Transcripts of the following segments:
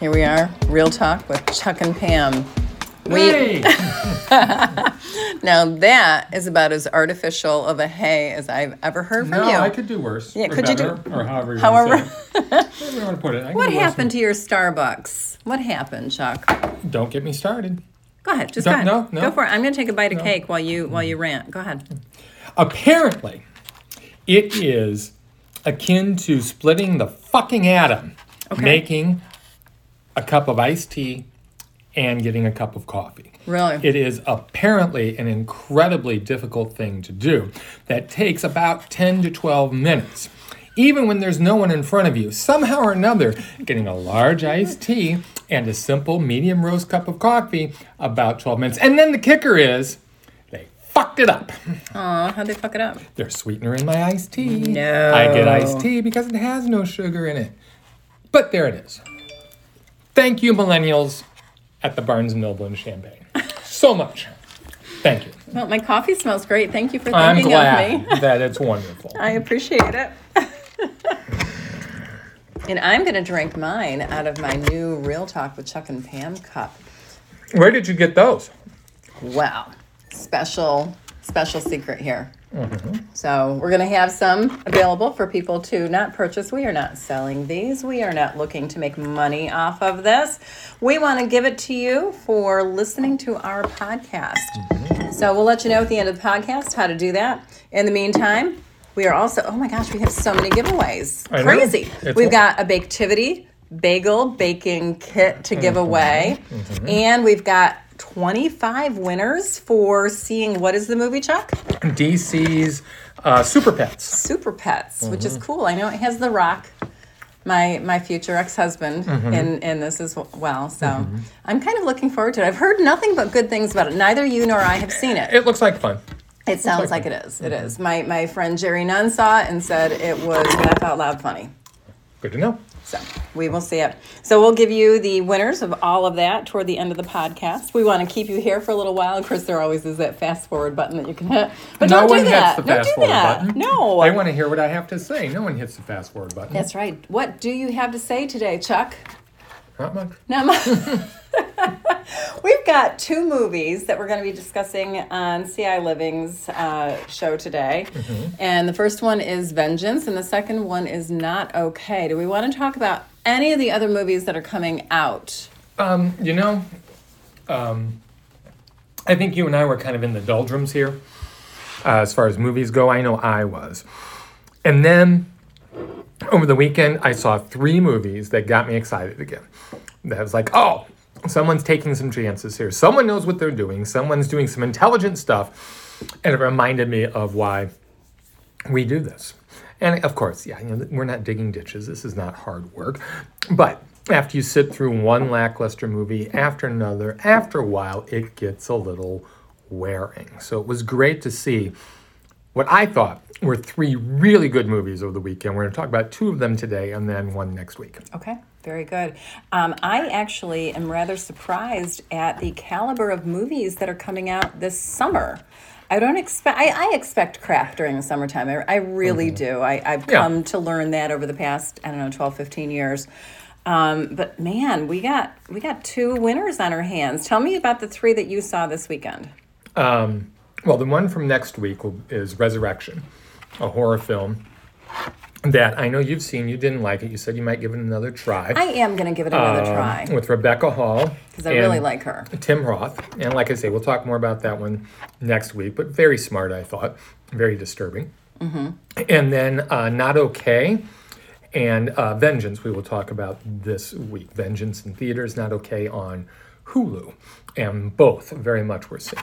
Here we are, Real Talk with Chuck and Pam. Hey! Now, that is about as artificial of a hey as I've ever heard from no, you. I could do worse. Yeah, or could you do- better, or however you However- want to say it. However you want to put it. I can what do worse. happened to your Starbucks? What happened, Chuck? Don't get me started. Go ahead, just No, go ahead. no, no. Go for it. I'm going to take a bite of cake while you while you rant. Go ahead. Apparently, it is akin to splitting the fucking atom, Okay. making a cup of iced tea and getting a cup of coffee. Really? It is apparently an incredibly difficult thing to do that takes about 10 to 12 minutes. Even when there's no one in front of you, somehow or another, getting a large iced tea and a simple medium roast cup of coffee, about 12 minutes. And then the kicker is they fucked it up. Aw, how'd they fuck it up? There's sweetener in my iced tea. No. I get iced tea because it has no sugar in it. But there it is. Thank you, millennials at the Barnes & Noble in Champaign. So much. Thank you. Well, my coffee smells great. Thank you for I'm thinking of me. glad that it's wonderful. I appreciate it. and I'm going to drink mine out of my new Real Talk with Chuck and Pam cup. Where did you get those? Wow. Special, special secret here. So, we're going to have some available for people to not purchase. We are not selling these. We are not looking to make money off of this. We want to give it to you for listening to our podcast. Mm-hmm. So, we'll let you know at the end of the podcast how to do that. In the meantime, we are also, oh my gosh, we have so many giveaways. I know. Crazy. It's We've wa- got got a Baktivity bagel baking kit to Mm-hmm. give away. And we've got 25 winners for seeing what is the movie, Chuck? DC's uh, Super Pets. Super Pets, which Mm-hmm. is cool. I know it has The Rock, my my future ex husband, Mm-hmm. in, in this as well. So I'm kind of looking forward to it. I've heard nothing but good things about it. Neither you nor I have seen it. It looks Mm-hmm. like fun. It sounds like it is. It is. My, my friend Jerry Nunn saw it and said it was laugh out loud funny. Good to know. So we will see it. So we'll give you the winners of all of that toward the end of the podcast. We want to keep you here for a little while. Of course, there always is that fast forward button that you can hit. But no don't one do that. hits the don't fast do forward that. button. No. Oh, I want to hear what I have to say. No one hits the fast forward button. That's right. What do you have to say today, Chuck? Not much. Now, my- we've got two movies that we're going to be discussing on CI Living's uh, show today. And the first one is Vengeance, and the second one is Not Okay. Do we want to talk about any of the other movies that are coming out? Um, you know, um, I think you and I were kind of in the doldrums here uh, as far as movies go. I know I was. And then over the weekend, I saw three movies that got me excited again. That was like, oh, someone's taking some chances here. Someone knows what they're doing. Someone's doing some intelligent stuff. And it reminded me of why we do this. And of course, yeah, you know, we're not digging ditches. This is not hard work. But after you sit through one lackluster movie after another, after a while, it gets a little wearing. So it was great to see what I thought were three really good movies over the weekend. We're going to talk about two of them today and then one next week. Okay, very good. Um, I actually am rather surprised at the caliber of movies that are coming out this summer. I don't expect. I, I expect crap during the summertime. I, I really do. I, I've Mm-hmm. Yeah. come to learn that over the past I don't know 12, 15 years. Um, but man, we got we got two winners on our hands. Tell me about the three that you saw this weekend. Well, the one from next week will- is Resurrection, a horror film that I know you've seen. You didn't like it. You said you might give it another try. I am going to give it another um, try with Rebecca Hall because I really and like her. Tim Roth, and like I say, we'll talk more about that one next week. But very smart, I thought, very disturbing. And then uh, not okay, and uh, Vengeance. We will talk about this week. Vengeance in theaters, not okay on Hulu, and both very much we're seeing.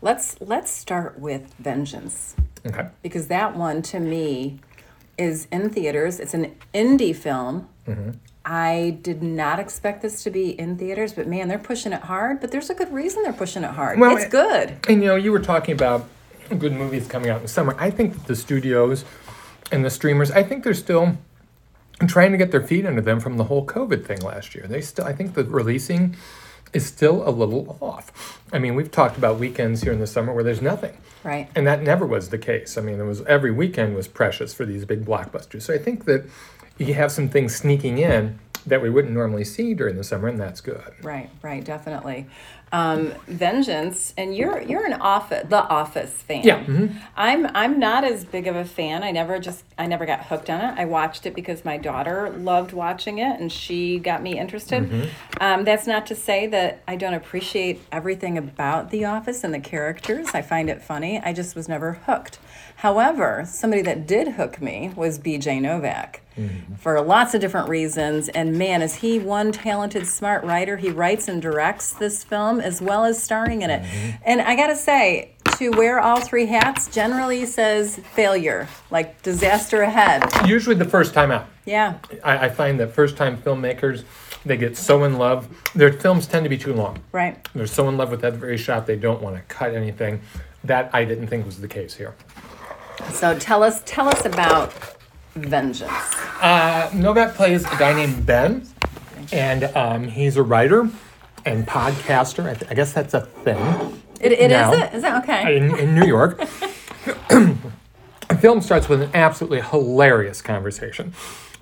Let's let's start with Vengeance. Okay. because that one to me is in theaters. It's an indie film. Mm-hmm. I did not expect this to be in theaters, but man, they're pushing it hard. But there's a good reason they're pushing it hard. Well, it's it- good. And you know, you were talking about good movies coming out in the summer. I think that the studios and the streamers, I think they're still trying to get their feet under them from the whole COVID thing last year. They still, I think the releasing is still a little off. I mean, we've talked about weekends here in the summer where there's nothing. Right. And that never was the case. I mean, it was every weekend was precious for these big blockbusters. So I think that you have some things sneaking in that we wouldn't normally see during the summer, and that's good. Right, right, definitely. Um, Vengeance, and you're you're an office the Office fan. Yeah, mhm. I'm I'm not as big of a fan. I never just I never got hooked on it. I watched it because my daughter loved watching it, and she got me interested. Um, that's not to say that I don't appreciate everything about the Office and the characters. I find it funny. I just was never hooked. However, somebody that did hook me was B.J. Novak for lots of different reasons. And man, is he one talented, smart writer. He writes and directs this film as well as starring in it. And I got to say, to wear all three hats generally says failure, like disaster ahead. Usually the first time out. Yeah. I, I find that first time filmmakers, they get so in love. Their films tend to be too long. Right. They're so in love with that very shot, they don't want to cut anything. That I didn't think was the case here. So tell us tell us about vengeance. Uh, Novak plays a guy named Ben, and um, he's a writer and podcaster. I, th- I guess that's a thing It, it is No. it? Is that okay? in, in New York. the film starts with an absolutely hilarious conversation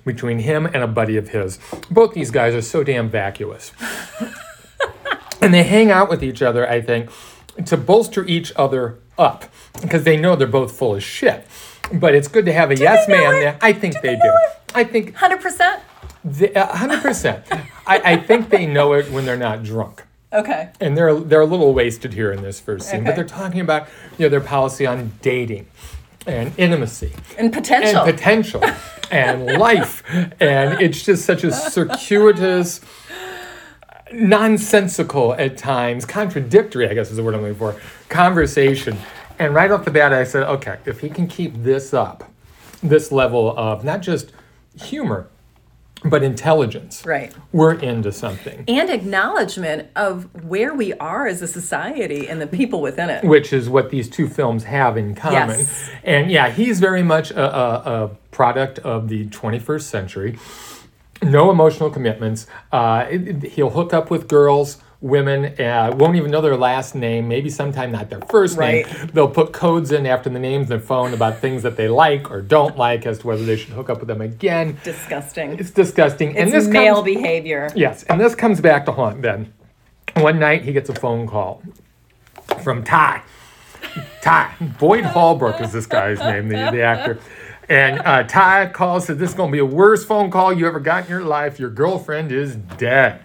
between him and a buddy of his. Both these guys are so damn vacuous. and they hang out with each other, I think, to bolster each other up because they know they're both full of shit. But it's good to have a yes know man it? there. I think they they, know do. it? I think 100%? they- a hundred percent. I, I think they know it when they're not drunk, Okay. and they're they're a little wasted here in this first scene. Okay. But they're talking about you know their policy on dating, and intimacy, And and potential. potential, and life, and it's just such a circuitous. Nonsensical at times, contradictory, I guess is the word I'm looking for, conversation. And right off the bat, I said, okay, if he can keep this up, this level of not just humor, but intelligence, right. we're into something, And acknowledgement of where we are as a society and the people within it. which is what these two films have in common. Yes. And yeah, he's very much a, a, a product of the 21st century. No emotional commitments. Uh, it- it- he'll hook up with girls. Women uh, won't even know their last name, maybe sometime not their first name. Right. They'll put codes in after the names in their phone about things that they like or don't like as to whether they should hook up with them again. Disgusting. It's disgusting. and It's this male comes, behavior. Yes, and this comes back to haunt Ben. One night he gets a phone call from Ty. Ty. Boyd Hallbrook is this guy's name, the, the actor. And uh, Ty calls, said, This is going to be the worst phone call you ever got in your life. Your girlfriend is dead.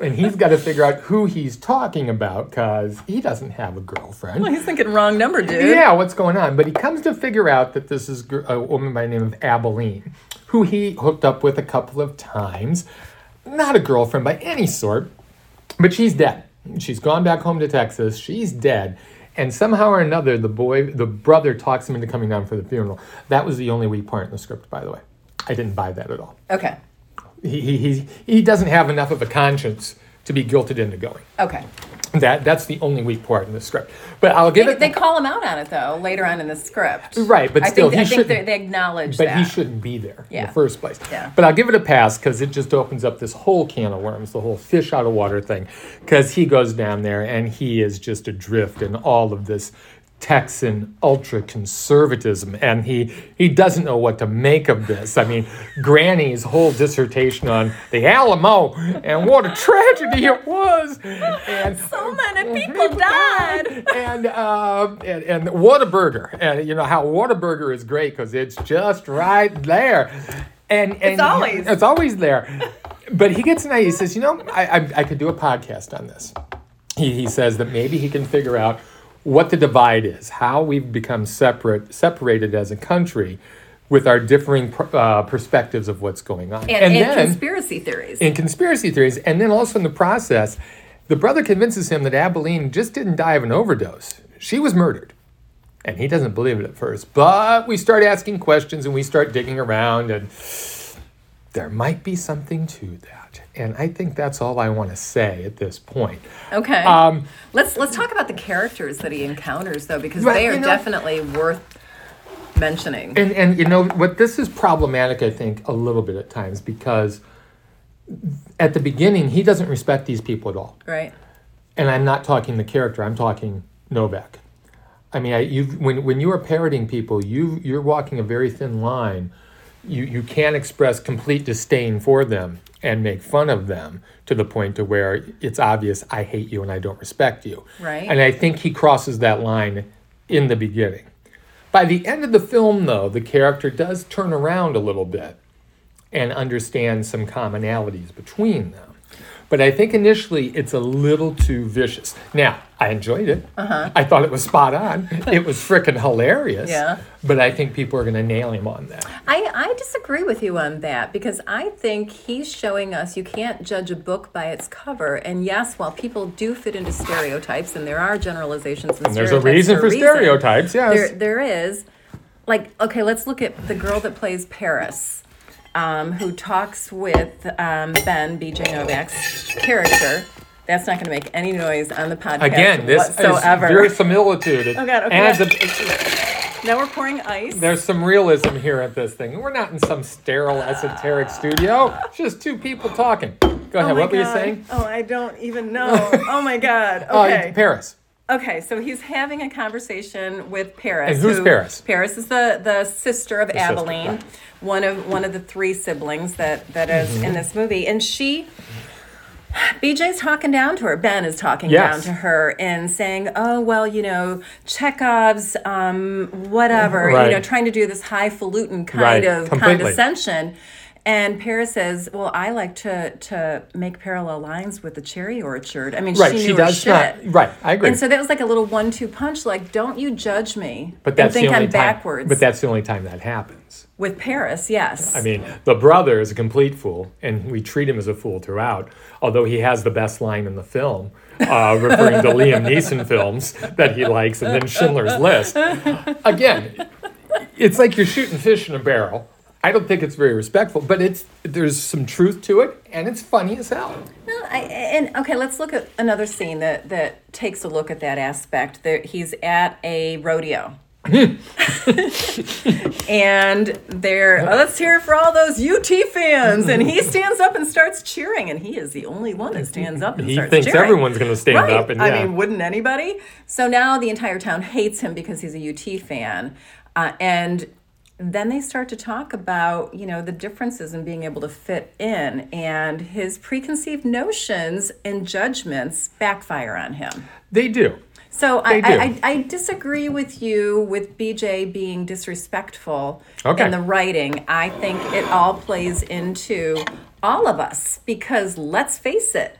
and he's got to figure out who he's talking about because he doesn't have a girlfriend. He's thinking wrong number, dude. Yeah, what's going on? But he comes to figure out that this is gr- a woman by the name of Abilene, who he hooked up with a couple of times. Not a girlfriend by any sort, but she's dead. She's gone back home to Texas. She's dead. And somehow or another, the boy, the brother talks him into coming down for the funeral. That was the only weak part in the script, by the way. I didn't buy that at all. Okay. He, he, he, he doesn't have enough of a conscience to be guilted into going. Okay. That, that's the only weak part in the script. But I'll give They, it. they call him out on it though later on in the script. Right, but I still, think, he I think they, shouldn't- they acknowledge But that. he shouldn't be there in Yeah. the first place. Yeah. But I'll give it a pass because it just opens up this whole can of worms, the whole fish out of water thing. Because he goes down there and he is just adrift in all of this Texan ultra conservatism, and he he doesn't know what to make of this. I mean, Granny's whole dissertation on the Alamo and what a tragedy it was, and So many people died. and, um, and and Whataburger, and you know how Whataburger is great because it's just right there, and, and always. it's always there. But he gets an idea. He says, you know, I, I I could do a podcast on this. He he says that maybe he can figure out what the divide is, how we've become separate, separated as a country, with our differing pr- uh, perspectives of what's going on, And, and, conspiracy theories. in conspiracy theories. And then also in the process, the brother convinces him that Abilene just didn't die of an overdose. She was murdered. And he doesn't believe it at first. But we start asking questions and we start digging around, and there might be something to that. And I think that's all I want to say at this point. okay. Um, let's let's talk about the characters that he encounters though because Right, they are you know- definitely worth mentioning. And and you know what this is problematic I think a little bit at times because at the beginning he doesn't respect these people at all. right. and I'm not talking the character. I'm talking Novak. I mean, I, you when when you are parroting people, you you're walking a very thin line. You you can't express complete disdain for them and make fun of them to the point to where it's obvious I hate you and I don't respect you. Right. And I think he crosses that line in the beginning. By the end of the film, though, the character does turn around a little bit and understand some commonalities between them. But I think initially it's a little too vicious. Now, I enjoyed it. Uh-huh. I thought it was spot on. it was freaking hilarious. Yeah. But I think people are going to nail him on that. I, I disagree with you on that because I think he's showing us you can't judge a book by its cover. And yes, while people do fit into stereotypes, and there are generalizations and, And there's stereotypes. a reason for reason, stereotypes, yes. There, there is. Like, okay, let's look at the girl that plays Paris, um, who talks with um, Ben, BJ Novak's character. That's not going to make any noise on the podcast Again, this whatsoever. is very similitude. It Oh, God, okay. adds a- now we're pouring ice. there's some realism here at this thing. We're not in some sterile, esoteric studio. It's just two people talking. Go ahead. Oh my what were you God. saying? Oh, I don't even know. oh my god. Oh, Okay. Paris. okay, so he's having a conversation with Paris. And who's Paris? Paris is the the sister of sister, Abilene, right. Mm-hmm. one of one of the three siblings that that is in this movie, and she. BJ's talking down to her. Ben is talking Yes. down to her and saying, "Oh well, you know, Chekhov's um, whatever, you know, Right. trying to do this highfalutin kind Right, of completely. condescension." And Paris says, "Well, I like to to make parallel lines with the cherry orchard. I mean, Right, she knew she her does shit. not- right, I agree. And so that was like a little one-two punch. Like, don't you judge me? But and that's think the only I'm time, backwards. But that's the only time that happens. with Paris, yes. I mean, the brother is a complete fool, and we treat him as a fool throughout. Although he has the best line in the film, uh, referring to Liam Neeson films that he likes, and then Schindler's List. Again, it's like you're shooting fish in a barrel. I don't think it's very respectful, but it's there's some truth to it, and it's funny as hell. No, I, and okay, let's look at another scene that that takes a look at that aspect. There, he's at a rodeo. and there, oh, let's hear it for all those UT fans. And he stands up and starts cheering, and he is the only one that stands up and He starts thinks cheering. everyone's going to stand right. up, and yeah, I mean, wouldn't anybody? So now the entire town hates him because he's a UT fan, uh, and then they start to talk about you know the differences in being able to fit in, and his preconceived notions and judgments backfire on him. they do. So I, They do. I, I, I disagree with you with BJ being disrespectful Okay. in the writing. I think it all plays into all of us because let's face it.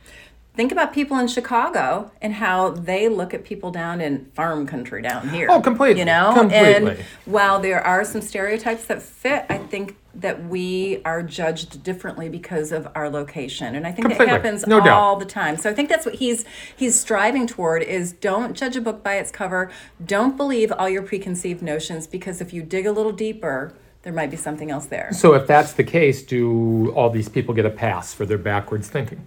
Think about people in Chicago and how they look at people down in farm country down here. Oh, completely. You know, and Completely. while there are some stereotypes that fit, I think that we are judged differently because of our location, and I think that Completely. happens No all doubt. all the time. So I think that's what he's he's striving toward is don't judge a book by its cover. Don't believe all your preconceived notions because if you dig a little deeper, there might be something else there. So if that's the case, do all these people get a pass for their backwards thinking?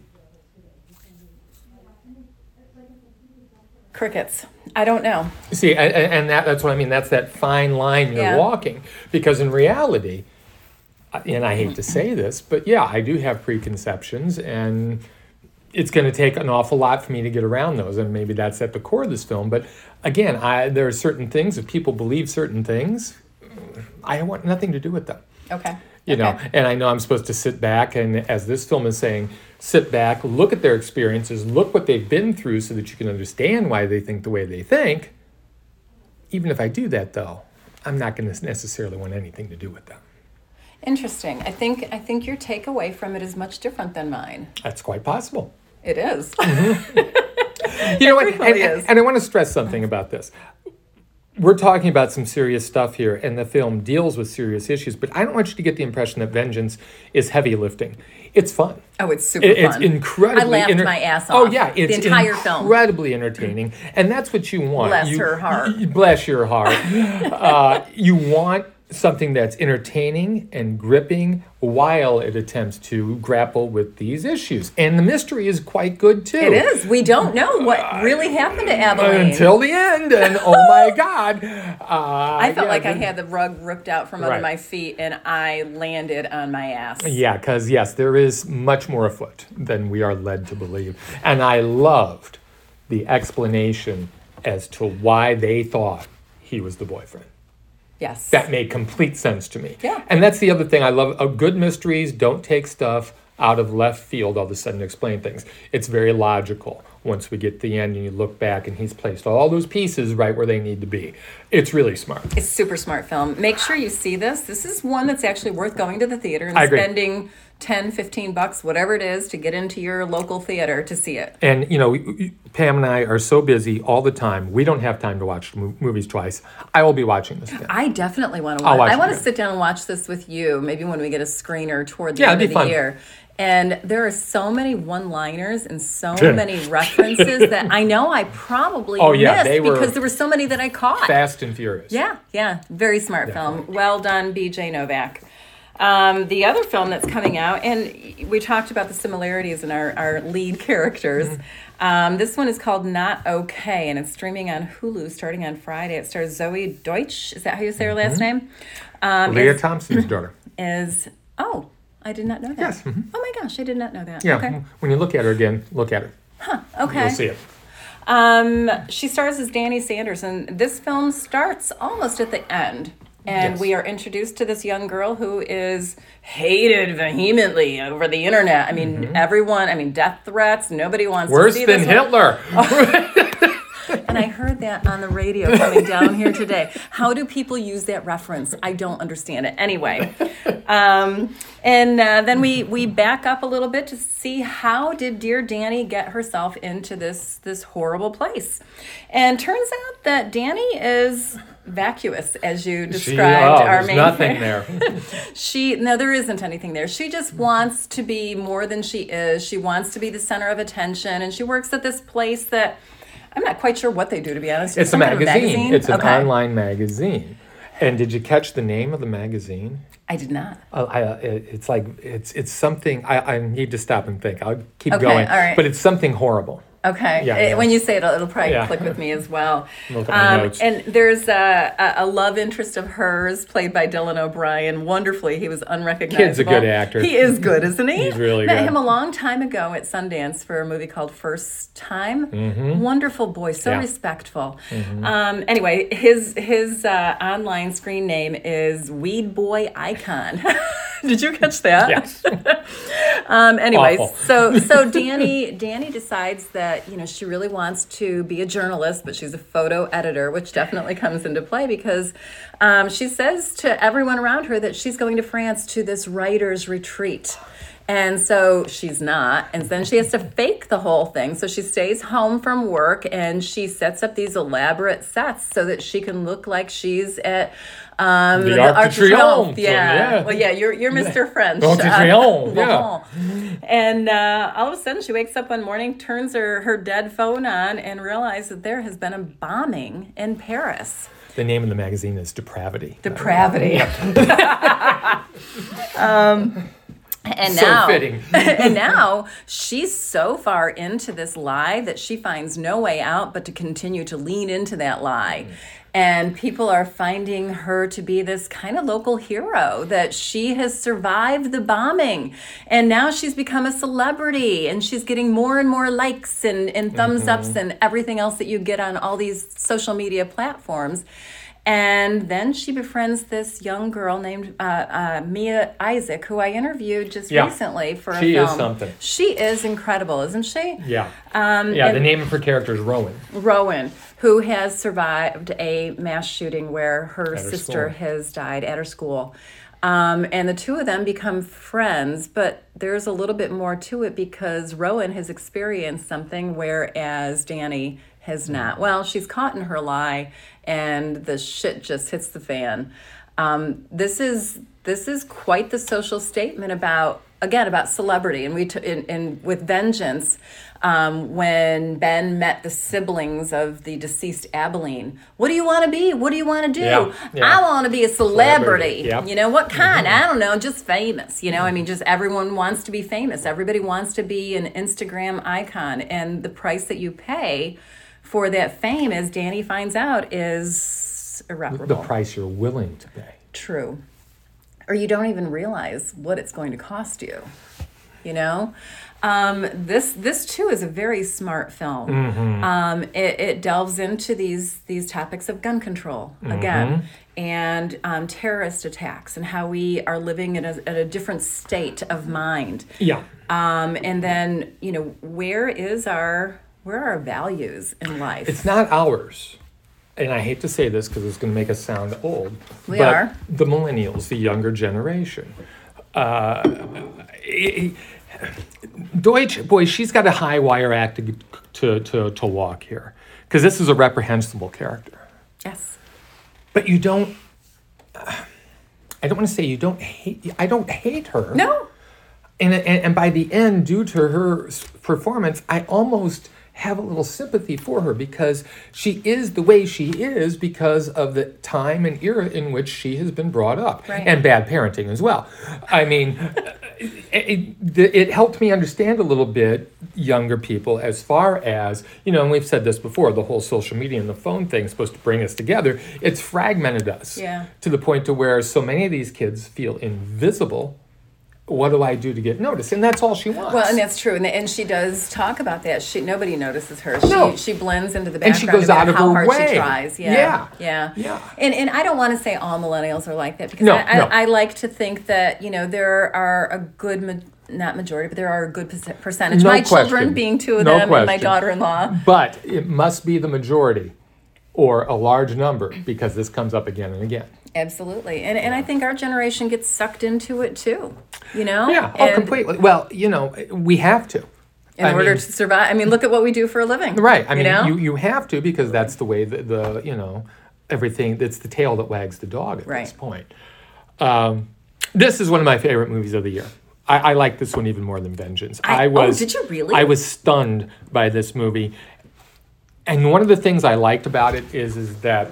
Crickets. I don't know. See, and, and that, that's what I mean. That's that fine line you're Yeah. walking. Because in reality, I- and I hate to say this, but yeah, I do have preconceptions, and it's going to take an awful lot for me to get around those. And maybe that's at the core of this film. But again, I, there are certain things, if people believe certain things, I want nothing to do with them. Okay. You know, Okay. and I know I'm supposed to sit back and, as this film is saying, sit back, look at their experiences, look what they've been through so that you can understand why they think the way they think. Even if I do that, though, I'm not going to necessarily want anything to do with them. Interesting. I think I think your takeaway from it is much different than mine. That's quite possible. It is. You know what? And, frequently and- is. and I want to stress something about this. We're talking about some serious stuff here, and the film deals with serious issues, but I don't want you to get the impression that vengeance is heavy lifting. It's fun. Oh, it's super It- it's fun. incredibly. I laughed enter- my ass off. Oh yeah, it's the entire film. incredibly entertaining, and that's what you want. Bless You- her heart. y- bless your heart. uh, you want something that's entertaining and gripping while it attempts to grapple with these issues, and the mystery is quite good too. It is. We don't know what really happened to Abilene. Uh, Until the end, and oh my God! Uh, I felt yeah, like I the- had the rug ripped out from under Right. my feet and I landed on my ass. Yeah, because yes, there is much more afoot than we are led to believe. And I loved the explanation as to why they thought he was the boyfriend. Yes. That made complete sense to me. Yeah. And that's the other thing I love. Uh, good mysteries don't take stuff out of left field all of a sudden to explain things. It's very logical once we get to the end and you look back and he's placed all those pieces right where they need to be. It's really smart. It's super smart film. Make sure you see this. This is one that's actually worth going to the theater I and agree. spending 10, 15 bucks, whatever it is, to get into your local theater to see it. And you know, we- we- Pam and I are so busy all the time. We don't have time to watch mo- movies twice. I will be watching this again. I definitely want to I'll watch. watch I it want to again. sit down and watch this with you, maybe when we get a screener toward the Yeah, end it'd of the be fun. year. And there are so many one-liners and so many references that I know I probably Oh, yeah, missed they were because there were so many that I caught. Fast and Furious. Uh, Yeah, yeah. Very smart film. Well done, BJ Novak. Um, the other film that's coming out, and we talked about the similarities in our, our lead characters. Mm-hmm. Um, this one is called Not Okay, and it's streaming on Hulu starting on Friday. It stars Zoe Deutsch. Is that how you say her last Mm-hmm. name? Um, Leah is, Thompson's daughter. is- oh, I did not know that. Yes, mm-hmm. Oh my gosh, I did not know that. Yeah. Okay. When you look at her again, look at her. Okay. You'll see it. Um, she stars as Danny Sanders, and this film starts almost at the end. And Yes. we are introduced to this young girl who is hated vehemently over the internet. I mean, everyone, I mean, death threats, nobody wants Mm-hmm. Worse to see than this one. Oh, Hitler. And I heard that on the radio coming down here today. How do people use that reference? I don't understand it. Anyway, um, and uh, then we we back up a little bit to see how did dear Danny get herself into this this horrible place, and turns out that Danny is vacuous, as you She, described oh, our there's main. nothing there. She no, there isn't anything there. She just Mm-hmm. wants to be more than she is. She wants to be the center of attention, and she works at this place that I'm not quite sure what they do to be honest. It's a Some kind of magazine. It's an online magazine. And did you catch the name of the magazine? I did not. Uh, I, uh, it- it's like it's it's something I, I need to stop and think. I'll keep Okay, going, all right. but it's something horrible. Okay. Yeah, It- yeah. When you say it, it'll probably Yeah. click with me as well. Um, Look at my notes. And there's a, a, a love interest of hers played by Dylan O'Brien. Wonderfully, he was unrecognizable. Kid's a good actor. He is good, isn't he? He's really Met good. him a long time ago at Sundance for a movie called First Time. Wonderful boy, so Mm-hmm. Yeah. Mm-hmm. respectful. Um, anyway, his his uh, online screen name is Weed Boy Icon. Did you catch that? Yes. Um, anyways, Awful. so so Danny Danny decides that you know she really wants to be a journalist, but she's a photo editor, which definitely comes into play because um, she says to everyone around her that she's going to France to this writers retreat. And so she's not. And then she has to fake the whole thing. So she stays home from work and she sets up these elaborate sets so that she can look like she's at um, The Arc de Triomphe, yeah. Yeah. Well, yeah, you're, you're Mr. French. Arc de uh, Triomphe, yeah. Laurent. And uh, all of a sudden, she wakes up one morning, turns her, her dead phone on, and realizes that there has been a bombing in Paris. the name of the magazine is Depravity. Depravity. um, and So now, fitting. and now she's so far into this lie that she finds no way out but to continue to lean into that lie. And people are finding her to be this kind of local hero that she has survived the bombing. And now she's become a celebrity and she's getting more and more likes and, and thumbs ups and everything else that you get on all these social media platforms. And then she befriends this young girl named uh, uh, Mia Isaac, who I interviewed just Yeah. recently for She a is film. something. She is incredible, isn't she? Yeah. Um, yeah. The and name of her character is Rowan. Rowan, who has survived a mass shooting where her her sister school. has died at her school. Um, and the two of them become friends, but there's a little bit more to it because Rowan has experienced something, whereas Danny has not. Well, she's caught in her lie, and the shit just hits the fan. Um, this is this is quite the social statement about again about celebrity and we t- in, in with vengeance um, when ben met the siblings of the deceased abilene what do you want to be what do you want to do Yeah, yeah. i want to be a celebrity, Celebrity, yep. you know what kind i don't know just famous you know i mean just everyone wants to be famous everybody wants to be an instagram icon and the price that you pay for that fame as danny finds out is irreparable The price you're willing to pay. True. Or you don't even realize what it's going to cost you. you know um, this this too is a very smart film um, it, it delves into these these topics of gun control again and um, terrorist attacks and how we are living in a, in a different state of mind Yeah. um, and then you know where is our where are our values in life It's not ours. And I hate to say this because it's going to make us sound old. We but are. The millennials, the younger generation. Uh, Deutsch, boy, she's got a high wire act to, to, to, to walk here because this is a reprehensible character. yes But you don't, uh, I don't want to say you don't hate, I don't hate her. no And, and, and by the end, due to her s- performance, I almost have a little sympathy for her because she is the way she is because of the time and era in which she has been brought up Right. and bad parenting as well. I mean, it, it, the- it helped me understand a little bit younger people as far as, you know, and we've said this before the whole social media and the phone thing is supposed to bring us together. It's fragmented us Yeah. to the point to where so many of these kids feel invisible what do I do to get noticed? And that's all she wants. Well, and that's true, and, and she does talk about that. She nobody notices her. She, No. she blends into the background. And she goes no matter out of how her hard way. She tries. Yeah, Yeah. yeah, Yeah. And and I don't want to say all millennials are like that because No, I, no. I, I like to think that you know there are a good. Ma- not majority, but there are a good perce- percentage. No my question. children being two of No them, and my question. daughter-in-law. but it must be the majority or a large number because this comes up again and again. Absolutely, and and I think our generation gets sucked into it too. You know, Yeah, oh, and completely. Well, you know, we have to. in I order mean, to survive. I mean, look at what we do for a living. right. I mean, you know, you, you have to because that's the way that the, you know, everything, it's the tail that wags the dog at this Right. point. Um, this is one of my favorite movies of the year. I, I like this one even more than Vengeance. I, I- oh, was. did you really? I was stunned by this movie. And one of the things I liked about it is is that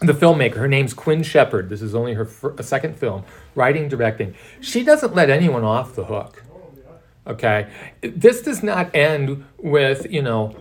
the filmmaker, her name's Quinn Shepard. This is only her fir- second film, writing, directing. She doesn't let anyone off the hook. Okay, this does not end with you know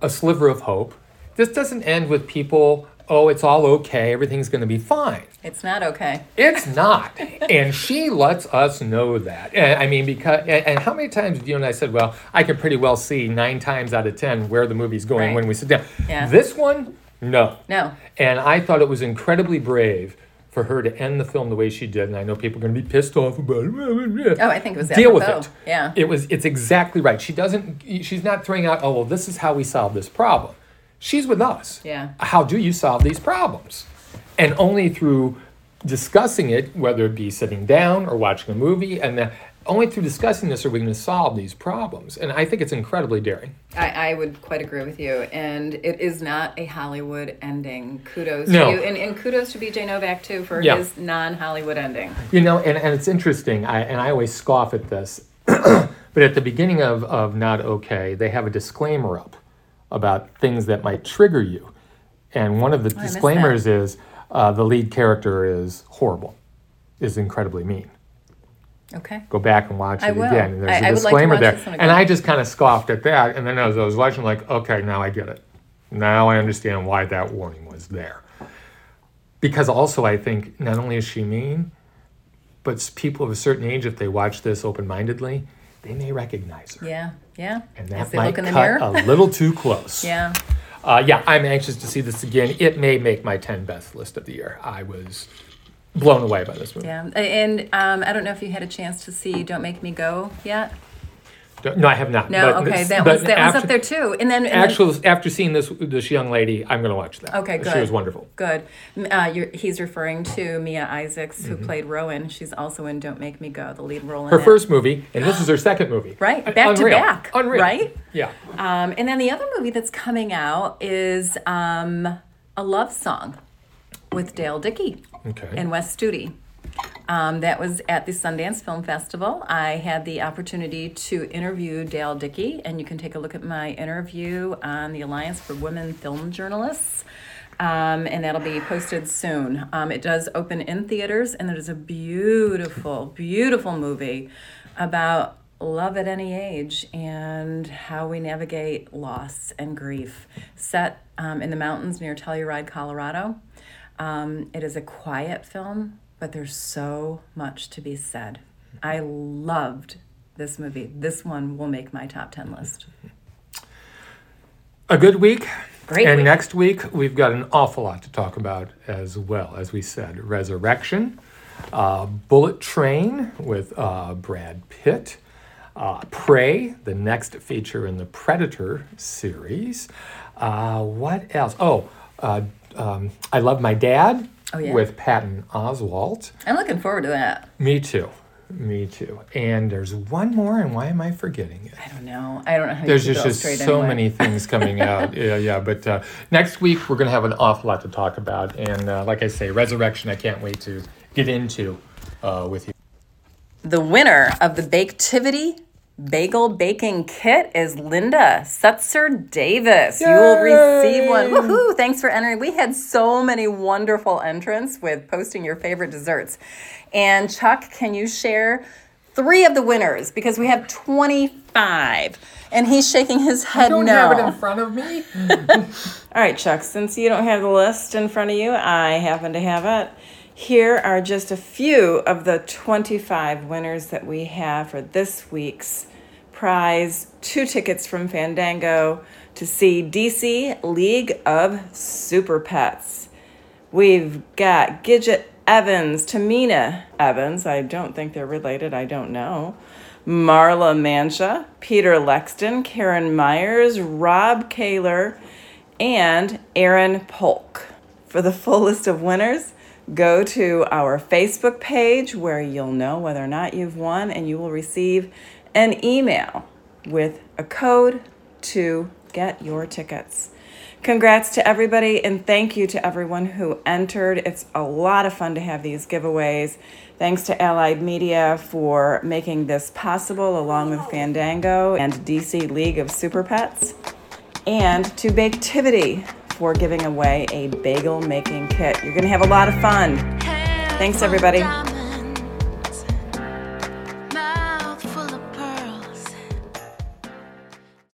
a sliver of hope. This doesn't end with people. Oh, it's all okay. Everything's going to be fine. it's not okay. It's not. and she lets us know that. And, I mean, because, and, and how many times have you and I said, well, I can pretty well see nine times out of 10 where the movie's going Right. when we sit down. Yeah. This one, no. No, And I thought it was incredibly brave for her to end the film the way she did. And I know people are going to be pissed off about it. Oh, I think it was deal with apropos. it. Yeah. It was. It's exactly right. She doesn't. She's not throwing out. Oh well, this is how we solve this problem. She's with us. Yeah. How do you solve these problems? And only through discussing it, whether it be sitting down or watching a movie, and the, only through discussing this are we going to solve these problems. And I think it's incredibly daring. I, I would quite agree with you. And it is not a Hollywood ending. Kudos to No. you. And, and kudos to BJ Novak, too, for Yeah. his non Hollywood ending. You know, and, and it's interesting, I, and I always scoff at this, but at the beginning of, of Not Okay, they have a disclaimer up about things that might trigger you. And one of the Oh, missed that. disclaimers is uh, the lead character is horrible, is incredibly mean. Okay. Go back and watch I it will. again. and There's I- I a would like to disclaimer watch there. this one And again. I just kind of scoffed at that. And then as I was watching, like, okay, now I get it. Now I understand why that warning was there. Because also, I think not only is she mean, but s- people of a certain age, if they watch this open mindedly, they may recognize her. Yeah. Yeah. And As that they might look in the cut mirror. a little too close. yeah. Uh, yeah, I'm anxious to see this again. It may make my 10 best list of the year. I was blown away by this movie. Yeah. A- And um, I don't know if you had a chance to see Don't Make Me Go yet. Don't- No, I have not. No. but okay. this- That but was that was after- up there, too. And then. and then- Actual, after seeing this this young lady, I'm going to watch that. Okay, She good. was wonderful. Good. M- Uh, you're, he's referring to Mia Isaacs, who Mm-hmm. played Rowan. She's also in Don't Make Me Go, the lead role in Her that. first movie, and this is her second movie. Right, Uh, back to Unreal. back, Unreal. right? Yeah. Um, and then the other movie that's coming out is um, a love song with Dale Dickey Okay. and Wes Studi. Um, that was at the Sundance Film Festival. I had the opportunity to interview Dale Dickey, and you can take a look at my interview on the Alliance for Women Film Journalists. Um, and that'll be posted soon. Um, it does open in theaters, and it is a beautiful, beautiful movie about love at any age and how we navigate loss and grief. Set um, in the mountains near Telluride, Colorado. Um, it is a quiet film, but there's so much to be said. I loved this movie, this one will make my top 10 list. A good week. Great And week. next week, we've got an awful lot to talk about as well. As we said, Resurrection, uh, Bullet Train with uh, Brad Pitt, uh, Prey, the next feature in the Predator series. Uh, what else? Oh, uh, um, I Love My Dad Oh, yeah. with Patton Oswalt. I'm looking forward to that. Me too. Me too. And there's one more, and why am I forgetting it? I don't know. I don't know how There's you keep just, it all just straight so anyway. many things coming out. yeah, yeah. But uh, next week, we're going to have an awful lot to talk about. And uh, like I say, Resurrection, I can't wait to get into uh, with you. The winner of the Baktivity Bagel Baking Kit is Linda Setzer Davis. You will receive one. Yay! Woohoo! Thanks for entering. We had so many wonderful entrants with posting your favorite desserts. And Chuck, can you share three of the winners? Because we have 25. And he's shaking his head Don't no. have it in front of me. All right, Chuck, since you don't have the list in front of you, I happen to have it. Here are just a few of the 25 winners that we have for this week's prize two tickets from Fandango to see DC League of Super Pets. We've got Gidget Evans, Tamina Evans. I don't think they're related. I don't know. Marla Mancha, Peter Lexton, Karen Myers, Rob Kaler, and Aaron Polk. For the full list of winners, go to our Facebook page where you'll know whether or not you've won and you will receive an email with a code to get your tickets. Congrats to everybody and thank you to everyone who entered. It's a lot of fun to have these giveaways. Thanks to Allied Media for making this possible, along with Fandango and DC League of Super Pets, and to Baktivity for giving away a bagel making kit. You're going to have a lot of fun. Thanks, Thanks, everybody. everybody.